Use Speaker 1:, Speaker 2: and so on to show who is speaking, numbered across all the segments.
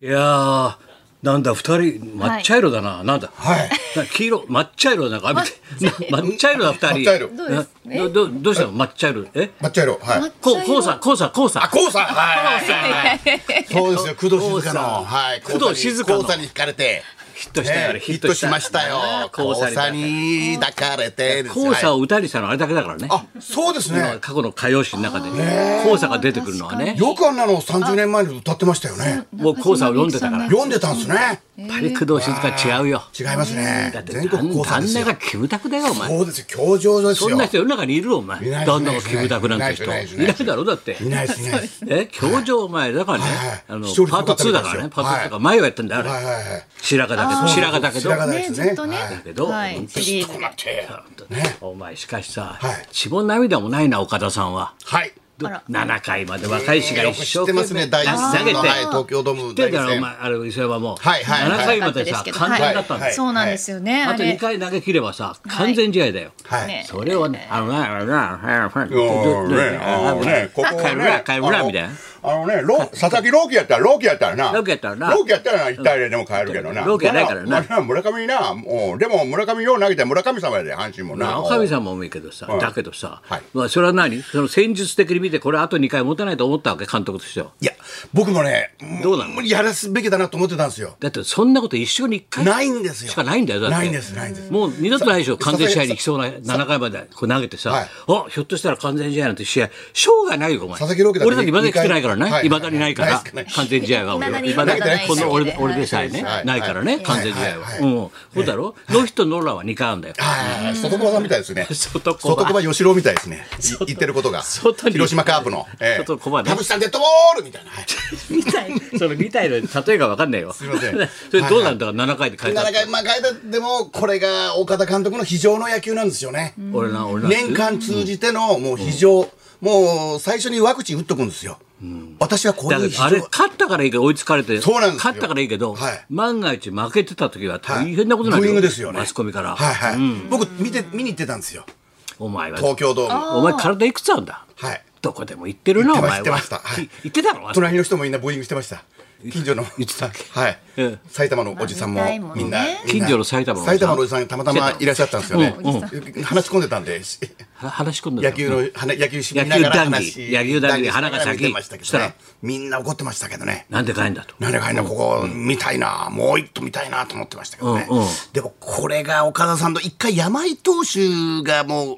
Speaker 1: いやーなんだ二人抹茶色だな、なんだ
Speaker 2: はい。
Speaker 1: な黄色抹茶色だなんかあ 抹茶色だ二人
Speaker 2: 抹茶色
Speaker 1: な
Speaker 3: どうですえ
Speaker 1: どどどうしたの抹茶色え
Speaker 2: 抹茶色。はい。
Speaker 1: こうこうさんこうさんこうさん
Speaker 2: あ、こうさん。はい。そうですよ。工藤静香
Speaker 1: こうさん
Speaker 2: の。はい。
Speaker 1: 工藤静香の
Speaker 2: こうさんに惹かれて。
Speaker 1: ヒットしたよあれ
Speaker 2: ねヒットしましたよ。こ
Speaker 1: こ
Speaker 2: う
Speaker 1: うさ
Speaker 2: さん
Speaker 1: んに
Speaker 2: に抱かれてです。
Speaker 1: こうさん
Speaker 2: は
Speaker 1: を
Speaker 2: い
Speaker 1: 歌にしたのはあれだけだからね
Speaker 2: あ、そうですね。
Speaker 1: 過去の歌謡史の中でこうさんが出てくるのはね
Speaker 2: よくあんなの30年前に歌ってましたよね。
Speaker 1: もうこうさんを読んでたから
Speaker 2: 読んでたんですね。
Speaker 1: やっぱり工藤静香違うよ
Speaker 2: 違います
Speaker 1: だっ
Speaker 2: ね。
Speaker 1: て
Speaker 2: 全国こうさん
Speaker 1: 旦
Speaker 2: です
Speaker 1: 那
Speaker 2: よ。
Speaker 1: がキムタクだよお前
Speaker 2: そうですよ。教場です
Speaker 1: そんな
Speaker 2: よ。
Speaker 1: 人世の中にいるお前
Speaker 2: いない
Speaker 1: 旦那がキムタクなんて人
Speaker 2: い
Speaker 1: い
Speaker 2: な
Speaker 1: ないい
Speaker 2: いないいない
Speaker 1: だろだって
Speaker 2: いないですね。
Speaker 1: え教場前だからね
Speaker 2: はい
Speaker 1: あの
Speaker 2: 視聴率
Speaker 1: パート2だから
Speaker 2: 良
Speaker 1: ねパ
Speaker 2: かっ
Speaker 1: ート2
Speaker 2: たみたいですよ
Speaker 1: とか前はやったんだよあれ
Speaker 2: はいはいはい。
Speaker 1: 白髪だけど白髪だけど
Speaker 2: 白髪
Speaker 3: ねずっとね、
Speaker 2: はいだ
Speaker 1: けど
Speaker 3: はい、シリーズ
Speaker 2: こうなって。
Speaker 1: お前しかしさ
Speaker 2: はい
Speaker 1: 血も涙もないな岡田さんは
Speaker 2: はい。
Speaker 1: ど
Speaker 3: あら
Speaker 1: 7回まで若い氏が
Speaker 2: よ
Speaker 1: 一
Speaker 2: く知
Speaker 1: 生
Speaker 2: って
Speaker 1: 懸
Speaker 2: ますね。
Speaker 1: 命
Speaker 2: 第一
Speaker 1: 投げて
Speaker 2: 戦のはい東京ドーム
Speaker 1: 知ってんだ
Speaker 2: 第一
Speaker 1: ろお
Speaker 2: 戦。
Speaker 1: 前あれ磯山も
Speaker 2: はいはいはい
Speaker 1: 7回までさ
Speaker 3: はい
Speaker 1: 完全だったんだ
Speaker 2: はい
Speaker 1: よ
Speaker 3: そうなんですよね、
Speaker 1: あ
Speaker 3: あ
Speaker 1: と2
Speaker 3: れ
Speaker 1: 回投げ切ればさ完全試合だよ
Speaker 2: はい。
Speaker 3: ね
Speaker 1: それをねあのねあのねあのね
Speaker 2: よね、あのね、ここはね
Speaker 1: 帰るな帰るな
Speaker 2: あの
Speaker 1: みたいな
Speaker 2: あのね、ロ佐々木朗希やったら朗希やったらな。
Speaker 1: 朗希やったらな
Speaker 2: 朗希やったらな一対0でも帰るけどな。
Speaker 1: 朗希はないからな
Speaker 2: まあまあ村上な、もうでも村上よう投げて村上様やで阪神もな。
Speaker 1: 赤上さんも多いけどさ、
Speaker 2: い
Speaker 1: だけどさ、
Speaker 2: はい
Speaker 1: まあそれは何その戦術的に見てこれあと2回持たないと思ったわけ監督としてはい
Speaker 2: や、僕もね、
Speaker 1: どうなの
Speaker 2: やらすべきだなと思ってたんですよ。
Speaker 1: だってそんなこと一生に1回
Speaker 2: ないんですよ。
Speaker 1: しかないんだよだって
Speaker 2: ないんですないんです。
Speaker 1: もう二度とないでしょ
Speaker 2: さ
Speaker 1: 完全試合に来そうな7回までこう投げてさ、
Speaker 2: はい
Speaker 1: あひょっとしたら完全試合なんて試合生涯ないよお前
Speaker 2: 佐々木朗希だって
Speaker 1: 俺だっていまだに来てないからね、
Speaker 2: はい
Speaker 1: い
Speaker 2: はい
Speaker 1: まだにないから、
Speaker 2: ないですね
Speaker 1: 完全試合は俺
Speaker 3: 未だに
Speaker 1: いまだ
Speaker 2: 未だに
Speaker 1: にこの俺で
Speaker 3: はい
Speaker 1: 俺でさえね、
Speaker 2: はい
Speaker 1: ないからね、
Speaker 2: はい
Speaker 1: 完全試合は、
Speaker 2: はいはい
Speaker 1: うんそうだろ、ノーヒットノーランは2回あるんだよ
Speaker 2: はい、外久保さんみたいですね。
Speaker 1: 外小
Speaker 2: 外
Speaker 1: 判
Speaker 2: 久保義郎みたいですね。い言ってることが。
Speaker 1: 外に
Speaker 2: 広島カープの。ええ
Speaker 1: 外小判ね
Speaker 2: 田淵さんデッドボールみたいな。はい
Speaker 1: みたい そのみたいの例えが分かんないよ。す
Speaker 2: いません
Speaker 1: それどうなんだか7回で変えた
Speaker 2: 7。回、まあ、変えたでも、これが岡田監督の非常の野球なんですよね。
Speaker 1: 俺な俺な。
Speaker 2: 年間通じてのもう非常、もう最初にワクチン打っとくんですよ。私はこう
Speaker 1: だ
Speaker 2: い
Speaker 1: か
Speaker 2: う
Speaker 1: らあれ勝ったからいいけど追いつかれて
Speaker 2: そうなんですよ
Speaker 1: 勝ったからいいけど、
Speaker 2: はい
Speaker 1: 万が一負けてた時は
Speaker 2: はい
Speaker 1: 大変なことになる
Speaker 2: ブーイングですよね。
Speaker 1: マスコミから、
Speaker 2: はいはい。僕見て、見に行ってたんですよ。
Speaker 1: お前は
Speaker 2: 東京ドーム。
Speaker 1: お前体いくつあるんだ
Speaker 2: はい。
Speaker 1: どこでも行ってるなお
Speaker 2: 行ってま
Speaker 1: 前
Speaker 2: し
Speaker 1: は
Speaker 2: た行ってましたはい
Speaker 1: い行ってたの
Speaker 2: 隣の人もみんなブーイングしてました。近所の。
Speaker 1: 言ってたっけ
Speaker 2: はい
Speaker 1: うん。
Speaker 2: 埼玉のおじさんも
Speaker 3: まあ見たいもんね
Speaker 2: みんな。
Speaker 1: 近所の埼玉のおじさん
Speaker 2: 埼玉のおじさんたまたまいらっしゃったんですよね
Speaker 1: うんうん。
Speaker 2: 話し込んでたんで。
Speaker 1: は話し込んでた
Speaker 2: 野球の、はね野球し
Speaker 1: 野
Speaker 2: 見
Speaker 1: 球
Speaker 2: ながら
Speaker 1: 談義
Speaker 2: 話
Speaker 1: 野球談義
Speaker 2: 談義しなが
Speaker 1: 花
Speaker 2: ら
Speaker 1: が咲き
Speaker 2: 見てましたけ
Speaker 1: そし
Speaker 2: ど
Speaker 1: た
Speaker 2: ね
Speaker 1: ら
Speaker 2: みんな怒ってましたけどね
Speaker 1: なんで帰んだと
Speaker 2: なんでかいなここ見たいなもう一度見たいなと思ってましたけどね
Speaker 1: うんうん
Speaker 2: でもこれが岡田さんと一回山井投手がもう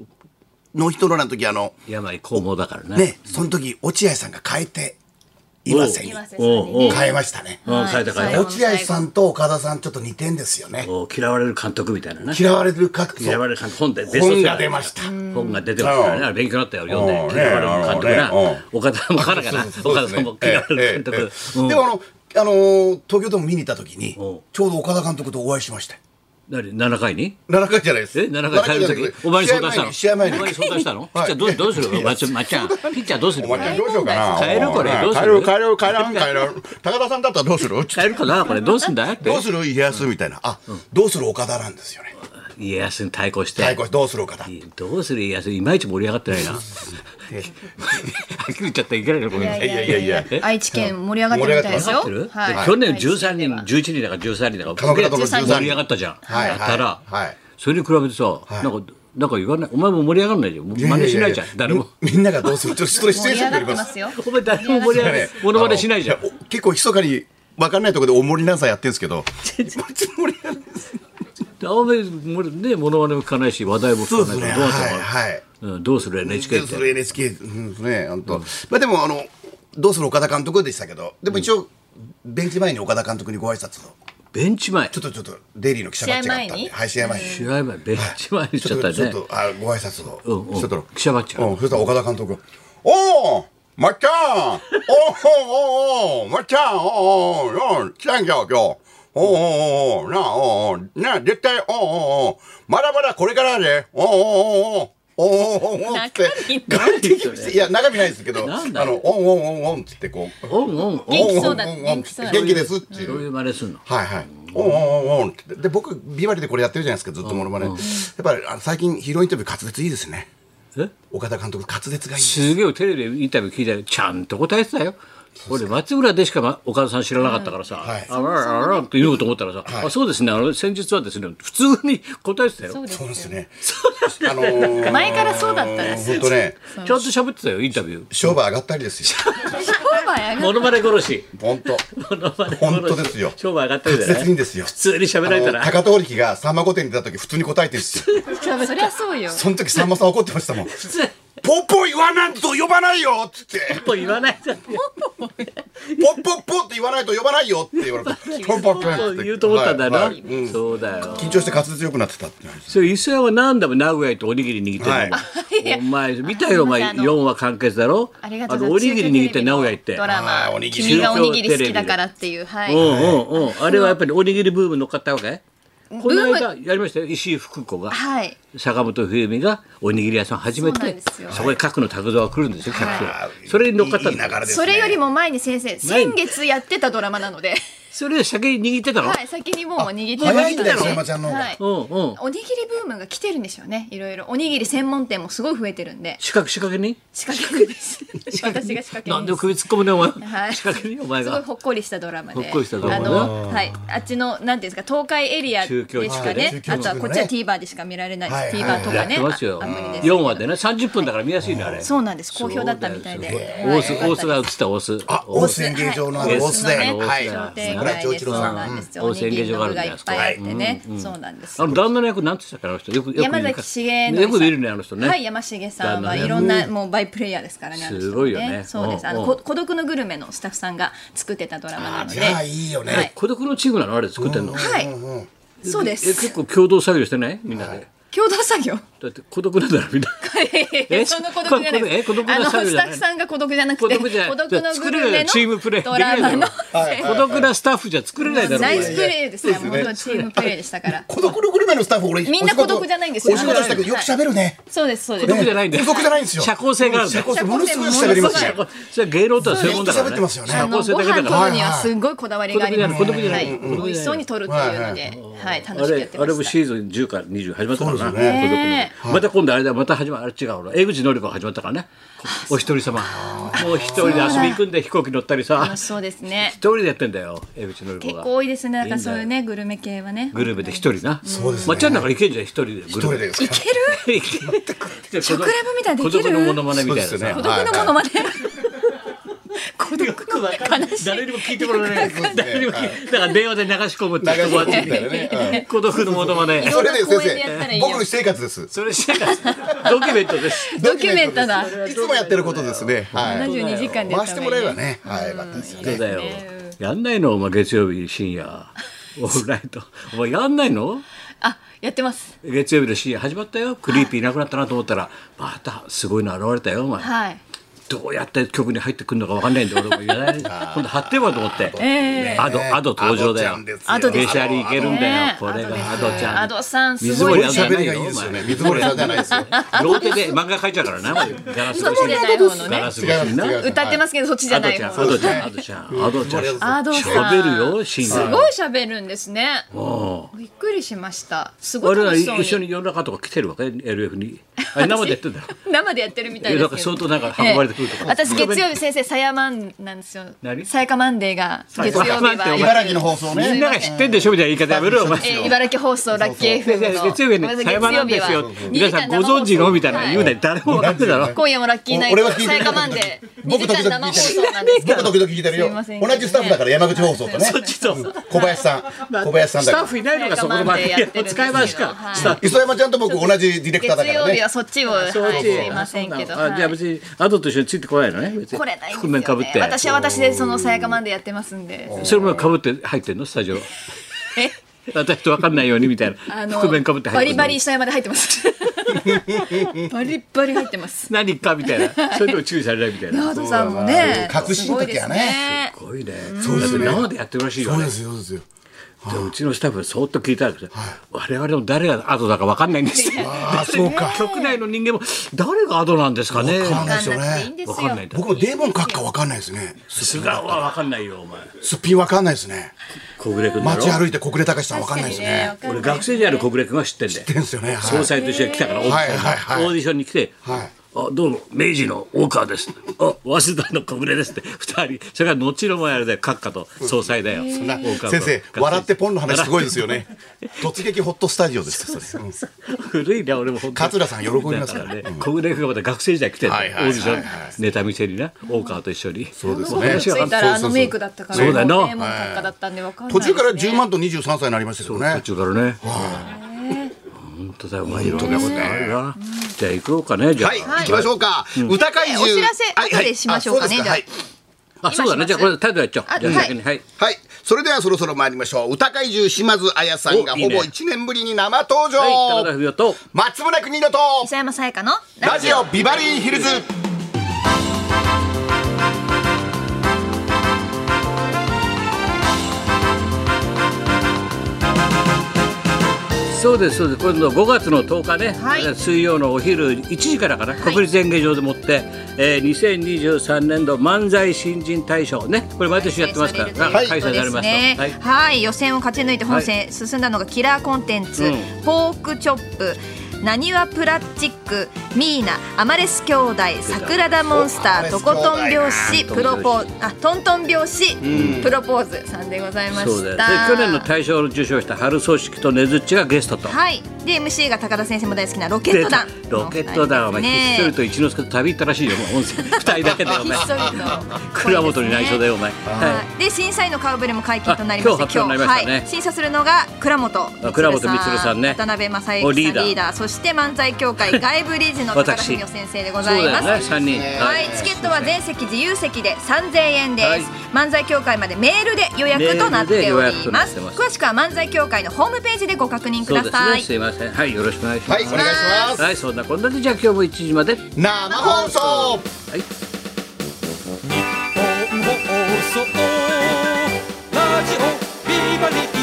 Speaker 2: ノーヒットノーランの時あの
Speaker 1: 病高毛だからね
Speaker 2: ねその時落合さんが変えて岩瀬に
Speaker 3: 岩瀬さん
Speaker 1: お
Speaker 3: に
Speaker 1: うおう
Speaker 3: ね
Speaker 2: 変えましたね
Speaker 1: うん変えた変え
Speaker 3: はい
Speaker 1: た
Speaker 2: 落合さんと岡田さんちょっと似てんですよね
Speaker 1: お嫌われる監督みたいなね
Speaker 2: 嫌われる各
Speaker 1: 嫌われる監督本でベストセラー
Speaker 2: 本が出ました
Speaker 1: 本が出てますからね、
Speaker 2: うん
Speaker 1: あれ勉強になったよ、読んで、
Speaker 2: うんね
Speaker 1: 嫌われる監督な、
Speaker 2: うん
Speaker 1: 岡田もからかな、
Speaker 2: そう
Speaker 1: 岡
Speaker 2: で
Speaker 1: 田
Speaker 2: す
Speaker 1: さん
Speaker 2: ね
Speaker 1: も嫌われる監督、
Speaker 2: ええええ
Speaker 1: うん
Speaker 2: でもあの、あのー東京ドーム見に行った時にち
Speaker 1: うん
Speaker 2: ょうど岡田監督とお会いしまして
Speaker 1: 何7回に
Speaker 2: 7回じゃないです
Speaker 1: え7回帰る時お前に相談したの
Speaker 2: 試合前に
Speaker 1: お前に相談したのピッ
Speaker 2: はい
Speaker 1: チャーどうどうするまっちゃんまっちゃんピッチャーどうする
Speaker 2: お前ちゃんどうしようかな
Speaker 1: 帰るこれ
Speaker 2: お前
Speaker 1: どうする
Speaker 2: 帰る帰る帰らん帰らん高田さんだったらどうする
Speaker 1: 変えるかなこれどうすんだって
Speaker 2: どうする家康みたいなあどうする岡田なんですよね
Speaker 1: 家康に対抗して
Speaker 2: 最後どうする岡田
Speaker 1: どうする家康いまいち盛り上がって ないなはっきり言っちゃったらいけないからごめんなさい
Speaker 2: いやいやいや
Speaker 3: える。愛知県盛り上がってるみたいです
Speaker 1: わ
Speaker 3: よ
Speaker 1: かってる、。
Speaker 3: はい
Speaker 1: で去年13人、11人だから13人だから
Speaker 2: 鎌倉殿
Speaker 1: すげえ
Speaker 2: 13人
Speaker 1: 盛り上がったじゃん、
Speaker 2: はい
Speaker 1: やったら、
Speaker 2: はいはい
Speaker 1: それに比べてさ、なんかなんか言わないお前も盛り上がらないじゃんもう真似しないじゃん誰も
Speaker 2: みみんながどうするちょっと失礼失
Speaker 3: 盛り
Speaker 2: 礼し
Speaker 3: 上が
Speaker 2: てくれ
Speaker 3: ってま
Speaker 2: ます
Speaker 3: すよ。
Speaker 1: お前誰も盛り上が らないものまねしないじゃん
Speaker 2: あのやお結構密かに分かんないところでおもりなんさやってるんですけど 盛り上がる
Speaker 1: 青梅もねものまねも聞かないし話題も
Speaker 2: そう
Speaker 1: 聞か
Speaker 2: で
Speaker 1: な
Speaker 2: すね
Speaker 1: いからどうなった
Speaker 2: はい
Speaker 1: のか
Speaker 2: はい
Speaker 1: うんどうする NHK っ
Speaker 2: どう
Speaker 1: て
Speaker 2: する NHK ですね本当、まあでもあのどうする岡田監督でしたけどでも一応、ベンチ前に岡田監督にご挨拶を
Speaker 1: ベンチ前
Speaker 2: ちょっとちょっとデイリーの記者マッチがあった
Speaker 3: 試合前
Speaker 2: ん
Speaker 3: に
Speaker 2: ではい試合前に
Speaker 1: 試合前ベンチ前にし
Speaker 2: ち
Speaker 1: ちゃ
Speaker 2: ょ
Speaker 1: っ
Speaker 2: ったと
Speaker 1: よ
Speaker 2: ちょっ
Speaker 1: ね
Speaker 2: とあご挨拶を、
Speaker 1: うんうん
Speaker 2: ちょっと
Speaker 1: 記者マッチが
Speaker 2: うん、そしたら岡田監督おおまっちゃんおおおおまっちゃんおおおお来たんじゃん今日おおおおなあおおなあ絶対おおおまだまだこれからでおおおおおおおって
Speaker 1: 何言ってんの
Speaker 2: いや中身ないですけど、
Speaker 1: なんだ
Speaker 2: あのオンオンオンオンっつってこう、
Speaker 1: オンオンオン
Speaker 3: 元気そうだ
Speaker 2: オンオンオン
Speaker 3: 元気そうだ
Speaker 2: 元気ですってい。
Speaker 1: どういうう真似すんの
Speaker 2: はいはい。オンオンオンオンってで僕ビバリでこれやってるじゃないですかずっとモノマネ。やっぱりあの最近ヒーローインタビュー滑舌いいですね。
Speaker 1: え
Speaker 2: 岡田監督滑舌がいいです
Speaker 1: すげえテレビでインタビュー聞いたらちゃんと答えてたよ俺松浦でしかま岡田さん知らなかったからさ「
Speaker 2: はい
Speaker 1: あらあら」って言おうと思ったらさ「あそうですねあの先日はですね」普通に答えてたよ
Speaker 3: そうです
Speaker 2: そうですね
Speaker 1: そうですね
Speaker 2: あのー
Speaker 3: 前からそうだったらしい
Speaker 2: 本当ね
Speaker 1: ちゃんと喋ってたよインタビュー
Speaker 2: 商売上がったりですよ
Speaker 3: 商売上が
Speaker 1: モノマネ殺し
Speaker 2: 本当
Speaker 1: モノマネ殺し
Speaker 2: 本当ですよ
Speaker 1: 商売上がってる
Speaker 2: 滑
Speaker 1: じゃな
Speaker 2: 舌いいん
Speaker 1: い
Speaker 2: ですよ
Speaker 1: 普通に喋られたら
Speaker 2: あの高遠力がさんま御殿に出た時普通に答えてるんですよ
Speaker 3: そりゃそうよ
Speaker 2: その時さんまさん怒ってましたもん
Speaker 1: 普通
Speaker 2: ポッポ言わないと呼ばないよっつって
Speaker 1: と言わないじゃん
Speaker 2: ポッポッポって言わないと呼ばないよって言われてポッポッポッって
Speaker 1: 言うと思ったんだよな、
Speaker 2: はいはいうん
Speaker 1: そうだよ
Speaker 2: 緊張して滑舌良くなってたって
Speaker 1: それ伊勢屋は何だも名古屋行っておにぎり握ってるの、
Speaker 2: はい
Speaker 1: お前見たよお前
Speaker 3: あの
Speaker 1: 4話完結だろ
Speaker 3: ありがとうござい
Speaker 1: の
Speaker 3: ま
Speaker 1: お
Speaker 3: す
Speaker 1: にぎり握って名古屋行って
Speaker 3: ドラ
Speaker 2: あ
Speaker 3: マ
Speaker 2: ーおにぎり
Speaker 3: 君がおにぎり好きだからっていうは
Speaker 1: うん
Speaker 3: い
Speaker 1: うんうんあれはやっぱりおにぎりブーム乗っかったわけこの間やりましたよ石井福子が
Speaker 3: はい
Speaker 1: 坂本冬美がおにぎり屋さんを始め
Speaker 3: そうなん
Speaker 1: て
Speaker 3: ですよ
Speaker 1: そこへ角野拓造が来るんですよ客層それに乗っかったん
Speaker 2: いい流
Speaker 1: だ
Speaker 2: れですね
Speaker 3: それよりも前に先生先月やってたドラマなので
Speaker 1: それで先に握ってたの、
Speaker 3: はい先にもう握って
Speaker 2: 早いんだよ
Speaker 1: そう
Speaker 2: さんまちゃんの方
Speaker 3: は
Speaker 2: が
Speaker 3: い
Speaker 1: うんうん
Speaker 3: おにぎりブームが来てるんでしょうねいろいろおにぎり専門店もすごい増えてるんで
Speaker 1: 仕掛け仕掛けに
Speaker 3: 仕掛けです私が仕掛け
Speaker 1: なんで
Speaker 3: です
Speaker 1: 首突っ込むねお前、
Speaker 3: はい
Speaker 1: 仕掛けにお前
Speaker 3: すごい
Speaker 1: が
Speaker 3: ほっこりしたドラマで、
Speaker 1: ほっこりしたドラマね
Speaker 3: あのはい、あっちのなんていうんですか、東海エリアでしか
Speaker 2: 中
Speaker 3: ね、
Speaker 2: 京地区
Speaker 3: あ
Speaker 2: ね
Speaker 3: とはこっちは TVer でしか見られない、
Speaker 2: はいはい
Speaker 3: TVer と
Speaker 1: や
Speaker 3: か
Speaker 1: っ
Speaker 3: ね、
Speaker 1: てますよ
Speaker 3: あアプリですけど
Speaker 1: 4話でね30分だから見やすいのあれ
Speaker 3: そうなんです、好評だったみたい
Speaker 1: そうだ
Speaker 3: で、
Speaker 1: よ
Speaker 3: はい
Speaker 1: 大須大須が映った大須
Speaker 2: あ大須演芸場のあの
Speaker 1: はい
Speaker 2: 大須で
Speaker 1: 大須のね
Speaker 2: はい
Speaker 1: 商
Speaker 3: 商店
Speaker 2: 村
Speaker 3: 街
Speaker 2: 井長
Speaker 3: で
Speaker 2: 一
Speaker 3: す、そ
Speaker 2: 郎
Speaker 3: う
Speaker 2: さん
Speaker 3: なんですよ、
Speaker 1: うん
Speaker 3: おにぎりの具がいっぱいあってね、そうなんです
Speaker 1: あ。の旦那の役なんて言ってたっけあの人よくよく
Speaker 3: 山
Speaker 1: 言う
Speaker 3: 崎
Speaker 1: か
Speaker 3: 茂
Speaker 1: よく
Speaker 3: 則さん
Speaker 1: 見るねあの人ね、
Speaker 3: はい、山重さ
Speaker 1: 旦
Speaker 3: ん
Speaker 1: 那
Speaker 3: は
Speaker 1: ね
Speaker 3: いろんなもうバイプレイヤーですからね。あの人
Speaker 1: すごいよね
Speaker 3: そうです。あ
Speaker 1: う
Speaker 3: の
Speaker 1: んうん
Speaker 3: こ孤独のグルメのスタッフさんが作ってたドラマなの
Speaker 2: じ
Speaker 3: で、
Speaker 2: ゃあいいよね、
Speaker 3: はい
Speaker 1: 孤独のチームなのあれ作ってんの、
Speaker 3: はい、そうで
Speaker 1: え結
Speaker 3: す。
Speaker 1: 構共同作業してないみんなで、
Speaker 3: 共同作業。
Speaker 1: だって孤独なんだろみんなえ
Speaker 3: その孤独じゃないです。
Speaker 1: ここえ孤独な
Speaker 3: あの
Speaker 1: 作業
Speaker 3: ス
Speaker 1: じ
Speaker 3: タ
Speaker 1: ゃな
Speaker 3: ッ
Speaker 1: い
Speaker 3: フさんが孤独じゃなく
Speaker 1: 孤
Speaker 3: て、
Speaker 1: 独じゃ
Speaker 3: 孤独のグ
Speaker 1: 作れ
Speaker 3: ル
Speaker 1: る
Speaker 3: メ
Speaker 1: チームプレ
Speaker 3: の
Speaker 1: イ
Speaker 3: ドラマの
Speaker 2: はい
Speaker 1: 孤独なスタッフじゃ作れないだろ
Speaker 3: ナイ
Speaker 1: う
Speaker 3: スプレーですよ。本当にチームプレーでしたから。
Speaker 2: 孤独のグルメのスタッフ俺
Speaker 3: みんな
Speaker 2: お仕事
Speaker 3: 孤独じゃないんですよ
Speaker 2: お仕事したけどよく喋るね、
Speaker 3: そうですそうで
Speaker 1: 孤独
Speaker 3: す。
Speaker 1: じゃないんだよ
Speaker 2: 孤独じゃないんですよ
Speaker 1: 社交性があるんだよ
Speaker 2: 社交性ものすごい喋りますね
Speaker 1: 社交それは芸能とはそういうもんだから
Speaker 2: ずっと喋ってますよね
Speaker 3: あ
Speaker 1: 社
Speaker 3: の
Speaker 1: 交性
Speaker 3: ご
Speaker 1: だけ
Speaker 3: 飯
Speaker 1: だ
Speaker 3: 取
Speaker 1: から
Speaker 3: るにはすごいこだわりがあります。
Speaker 1: 孤独じゃ
Speaker 3: は
Speaker 1: ない
Speaker 3: い。
Speaker 1: 孤独じゃない
Speaker 3: 美味しそうに取るっていうので、はい楽
Speaker 1: あ
Speaker 3: しくや
Speaker 1: れ
Speaker 3: って
Speaker 1: あ
Speaker 3: ま
Speaker 1: れも
Speaker 3: した。
Speaker 1: シーズン10から20始まったから
Speaker 2: そ
Speaker 1: な、
Speaker 2: うですよね
Speaker 3: ね
Speaker 1: 孤独のまた今度あれだまた始まるあれ違うの江口のり子が始まったからねお一人様もう一人で遊び行くんで飛行機乗ったりさ
Speaker 3: 楽しそうですね
Speaker 1: 一。人でやってんだよ江口のり子
Speaker 3: 結
Speaker 1: が
Speaker 3: 構多いですね。なんかそういうねグルメ系はね。
Speaker 1: グルメで一人な
Speaker 2: そうですね
Speaker 1: まっちゃんなんか行けんじゃん一人で
Speaker 2: 一
Speaker 1: グル
Speaker 2: 人
Speaker 1: メ
Speaker 2: で
Speaker 3: いける？
Speaker 1: 行け
Speaker 3: 食レポみたいにできる
Speaker 1: 孤独のモノマネみたいな
Speaker 2: そうですよ
Speaker 1: さ
Speaker 3: 孤
Speaker 2: ね
Speaker 3: 独のものまで。孤独
Speaker 1: よくわかんな
Speaker 3: の
Speaker 1: い
Speaker 3: 悲しい。
Speaker 1: 誰にも聞いてもらえない
Speaker 2: そうですね
Speaker 1: 誰にも聞いだから電話で流し込むって
Speaker 2: 流し
Speaker 1: とこあっ
Speaker 2: 込むみたいな
Speaker 1: て
Speaker 2: ね、うん
Speaker 1: 孤独のモノマネ
Speaker 2: それで
Speaker 3: 公園でやった
Speaker 2: 先
Speaker 3: らいいよ
Speaker 2: 生僕の私生活です
Speaker 1: それしかドキュメントです
Speaker 3: ドキュメントだ
Speaker 2: ドキュメントですいつもやってることですねは
Speaker 3: 七
Speaker 2: い
Speaker 3: 十二時間でや
Speaker 2: 回
Speaker 3: っ
Speaker 2: した
Speaker 3: 方
Speaker 2: ても
Speaker 3: が
Speaker 2: ら
Speaker 3: いい
Speaker 2: え
Speaker 3: ね
Speaker 2: ばねはいよかったですよ
Speaker 1: そう
Speaker 2: ね
Speaker 1: だよ。やんないのお前月曜日深夜。オールナイト。お前やんないの
Speaker 3: あ、やってます。
Speaker 1: 月曜日の深夜始まったよ。クリーピーなくなったなと思ったら、またすごいの現れたよ、お前。
Speaker 3: はい。
Speaker 1: どうやって曲に入ってくるのかわかんないんで、俺も言わ ない。今度貼ってばと思って。
Speaker 3: ええ
Speaker 1: アド、アド登場だよ
Speaker 2: アドちゃんです。よ
Speaker 3: アドです
Speaker 1: シャリいけるんだよ
Speaker 3: ね。え
Speaker 1: これがア
Speaker 3: ア
Speaker 1: ド
Speaker 3: ドです
Speaker 1: ちゃん。
Speaker 3: アドさんすご
Speaker 1: 水森
Speaker 3: い
Speaker 2: お
Speaker 1: さんじゃ
Speaker 2: 喋
Speaker 1: ない
Speaker 2: りが
Speaker 1: よ
Speaker 2: いいですよ
Speaker 1: お
Speaker 2: ね
Speaker 1: 前
Speaker 2: 水森さんじゃないですよ
Speaker 1: 両手で漫画描いちゃうからな、ガラス越し
Speaker 3: 外で
Speaker 1: に。
Speaker 3: ない方の
Speaker 1: ガ
Speaker 3: ね
Speaker 1: ラ。ス越しにな。
Speaker 2: 違う違う
Speaker 3: 歌ってますけど、そっちじゃ
Speaker 1: アド
Speaker 3: ない
Speaker 1: ちゃん、
Speaker 3: 方
Speaker 1: ア。ドちゃん、アドちゃん、アドちゃん。
Speaker 3: アドさん。
Speaker 1: 喋るよ深夜
Speaker 3: すごい喋るんですね。
Speaker 1: うん
Speaker 3: びっくりしました。すごい
Speaker 1: 俺ら
Speaker 3: 楽しそう
Speaker 1: 一緒
Speaker 3: に。
Speaker 1: に夜中とか来てるわけ LF にあれ生でやってんだよ
Speaker 3: 生でやってるみたい
Speaker 1: い
Speaker 3: で
Speaker 1: や
Speaker 3: す
Speaker 1: なんか相
Speaker 3: けど。
Speaker 1: 当なんか運ばれてくるとか
Speaker 3: ええ私月曜日先生さやまんなんですよ。
Speaker 1: 何
Speaker 3: さやかマンデーが月曜
Speaker 1: さ
Speaker 3: 日
Speaker 1: やかマンデー
Speaker 3: は
Speaker 2: 茨城の放送
Speaker 1: みん
Speaker 2: ね
Speaker 1: なが知ってんでしょみたいな言い方やめろよお前
Speaker 3: えー、茨城放送ラッキー
Speaker 1: いやい
Speaker 3: FM
Speaker 1: や
Speaker 3: の
Speaker 1: 月曜日はねさやまなんですよ皆さんご存知のみたいな言う
Speaker 3: ね
Speaker 1: なよ誰も分かってんだろ
Speaker 3: 今夜もラッキーナイ
Speaker 2: 俺は
Speaker 3: ト
Speaker 2: 聞いてる
Speaker 3: さやかマンデー2
Speaker 2: 僕
Speaker 3: 時
Speaker 2: 時
Speaker 3: 間
Speaker 2: 々
Speaker 3: 生放
Speaker 2: 聞いてる
Speaker 3: 送なんですけど
Speaker 2: 僕時々聞いてるよ
Speaker 3: すいません
Speaker 2: 同じスタッフだから山口放送とね
Speaker 1: そっちと
Speaker 2: 小林さん小林さん
Speaker 1: スタッ
Speaker 2: だ
Speaker 1: フいないのかそこの番組
Speaker 3: やってるんですけ
Speaker 1: 使
Speaker 3: ど
Speaker 1: い回し
Speaker 3: は
Speaker 1: か
Speaker 3: い
Speaker 1: スタッフ
Speaker 2: 磯山ちゃんと僕同じディレクターだ
Speaker 3: 月
Speaker 2: か
Speaker 3: 曜
Speaker 2: ら
Speaker 3: 日
Speaker 2: ね
Speaker 3: はそっちをはいすいませんけど
Speaker 1: あじゃあ別にアドと一緒についてこないのね別に
Speaker 3: これないんです
Speaker 1: 覆
Speaker 3: よ、
Speaker 1: 面
Speaker 3: ね、
Speaker 1: かぶって
Speaker 3: 私は私でそのさやかマンデーやってますんで
Speaker 1: それもかぶって入ってんのスタジオ
Speaker 3: え
Speaker 1: 私と分かんないようにみたい
Speaker 3: あ
Speaker 1: な
Speaker 3: の
Speaker 1: 覆面かぶって
Speaker 3: バ
Speaker 1: 入って
Speaker 3: リ
Speaker 1: んの
Speaker 3: バリ下山で入ってます バリバリ入ってます
Speaker 1: 何かみたいなそれでも注意されないみたいな
Speaker 3: アドさんもね
Speaker 2: そうだな革新的やね
Speaker 3: すごいです
Speaker 1: すごいね。
Speaker 2: そうですね
Speaker 1: だって生でやってるらしいよ
Speaker 2: そう
Speaker 1: ね
Speaker 2: で。すよそうですよ
Speaker 1: でうちのスタッフがそーっと聞いたら、我々の誰がアドだか分かんないんですよ。
Speaker 2: ああそうか
Speaker 1: 局内の人間も誰がアドなんですかね。
Speaker 2: わかんない
Speaker 3: わかんなくていいんですよ
Speaker 1: わかんないんだ
Speaker 2: 僕もデーモン閣下わかんないですね
Speaker 1: 素顔は分かんないよお前。
Speaker 2: すっぴんわかんないですね
Speaker 1: 小暮君だろ
Speaker 2: 街。歩いて小暮隆さんわかんないですね
Speaker 3: 確かに
Speaker 1: 俺
Speaker 3: わかんない
Speaker 1: 学生時代の小暮君は知ってんだよ。
Speaker 2: 知ってんすよねはい
Speaker 1: 総裁と一緒に来たから、オーディション
Speaker 2: はいはいはい
Speaker 1: オーディションに来て、
Speaker 2: はい
Speaker 1: あどうも明治の大川です。あ早稲田の小暮ですって二人。それから後のもあれで閣下と総裁だよ。
Speaker 2: な
Speaker 1: 大川君
Speaker 2: 先生笑ってポンの話すごいですよね突撃ホットスタジオですよそれうん
Speaker 1: 古いな俺も本当に
Speaker 2: 桂さん喜びますから
Speaker 1: だね小暮君がまた学生時代来てんのオ
Speaker 2: はいはいは
Speaker 1: ー
Speaker 2: いは
Speaker 1: デ
Speaker 2: い
Speaker 1: ィションネタ見せにな大川と一緒にそう
Speaker 2: ですね
Speaker 3: 着いたらあのメイクだったから
Speaker 1: そうだよな
Speaker 3: もデーモン閣下だったんでわかんない
Speaker 2: 途
Speaker 3: ですね
Speaker 2: 中から10万と23歳になりましたけどね
Speaker 1: 途中からね本当だよまあいろんなことあるなじゃあ行こうかねじゃあ
Speaker 2: はい行きましょうか歌怪獣
Speaker 3: お知らせ
Speaker 2: はいはい
Speaker 3: 後でしましょうかね
Speaker 2: あそです
Speaker 3: じゃあ
Speaker 1: あそうだね
Speaker 3: 今します
Speaker 1: じゃあこれ態度やっちゃお
Speaker 3: あ
Speaker 1: うじゃあ
Speaker 3: はい
Speaker 1: 先にはい
Speaker 2: はい。それではそろそろ参りましょう。歌怪獣島津彩さんが
Speaker 1: おいい
Speaker 2: ほ
Speaker 1: ね
Speaker 2: ぼ1年ぶりに生登場。
Speaker 1: はい高田文夫と
Speaker 2: 松村邦洋と
Speaker 3: 磯山さやかの
Speaker 2: ラジオビバリーヒルズ。
Speaker 1: そうですそうです今度5月の10日ね、
Speaker 3: はい
Speaker 1: 水曜のお昼1時からかな、
Speaker 3: い
Speaker 1: 国立演芸場でもって、えー、2023年度漫才新人大賞ねこれ毎年やってますから、
Speaker 3: はい
Speaker 1: 開催されますと、
Speaker 3: ね
Speaker 1: はい
Speaker 3: はい、予選を勝ち抜いて本戦進んだのがキラーコンテンツ、
Speaker 1: うん
Speaker 3: ポークチョップなにわプラスチックミーナアマレス兄弟桜田モンスターとことん拍子プロポーあトントン拍子、プロポーズさんでございま
Speaker 1: そうだ
Speaker 3: し
Speaker 1: よで
Speaker 3: た
Speaker 1: 去年の大賞を受賞した春組織とねずっちがゲストと。
Speaker 3: はいで MC が高田先生も大好きなロケ
Speaker 1: で
Speaker 3: ット団
Speaker 1: ロケット団はお前、ひっそりと一之輔と旅行ったらしいよ、もう温泉二人だけだよ、お前
Speaker 3: ひっ そりと。
Speaker 1: 蔵元に内緒だよ、お前。は
Speaker 3: はい、で審査員の顔ぶれも解禁となりまして
Speaker 1: あ今日発表になりましたね
Speaker 3: はい、審査するのが倉本
Speaker 1: あ倉本充さんね
Speaker 3: 渡辺正
Speaker 1: お
Speaker 3: 行さん
Speaker 1: リー
Speaker 3: リー
Speaker 1: ダ
Speaker 3: ダ
Speaker 1: ー
Speaker 3: ーそして漫才 協会外部理事の高田
Speaker 1: 私
Speaker 3: 文夫先生でご
Speaker 1: い。
Speaker 3: ざ
Speaker 1: そう
Speaker 3: い
Speaker 1: だ
Speaker 3: ます。
Speaker 1: よね、三人。は
Speaker 3: はいい、チケットは全席自由席で3000円です、
Speaker 1: はい
Speaker 3: 漫才協会までメールで予約となっておりま
Speaker 1: メール
Speaker 3: す
Speaker 1: で予約となってます
Speaker 3: 詳しくは漫才協会のホームページでご確認
Speaker 1: そ
Speaker 3: く
Speaker 1: う
Speaker 3: だ
Speaker 1: です
Speaker 3: さ
Speaker 1: ね、
Speaker 3: い、
Speaker 1: すいません。はい、よろしくお願いしま
Speaker 2: は
Speaker 1: す。
Speaker 2: い、お願いします。
Speaker 1: はい、そんなこんなで、じゃあ今日も1時まで。
Speaker 2: 生放送。
Speaker 1: はい。
Speaker 4: 本放送ラジオビバリー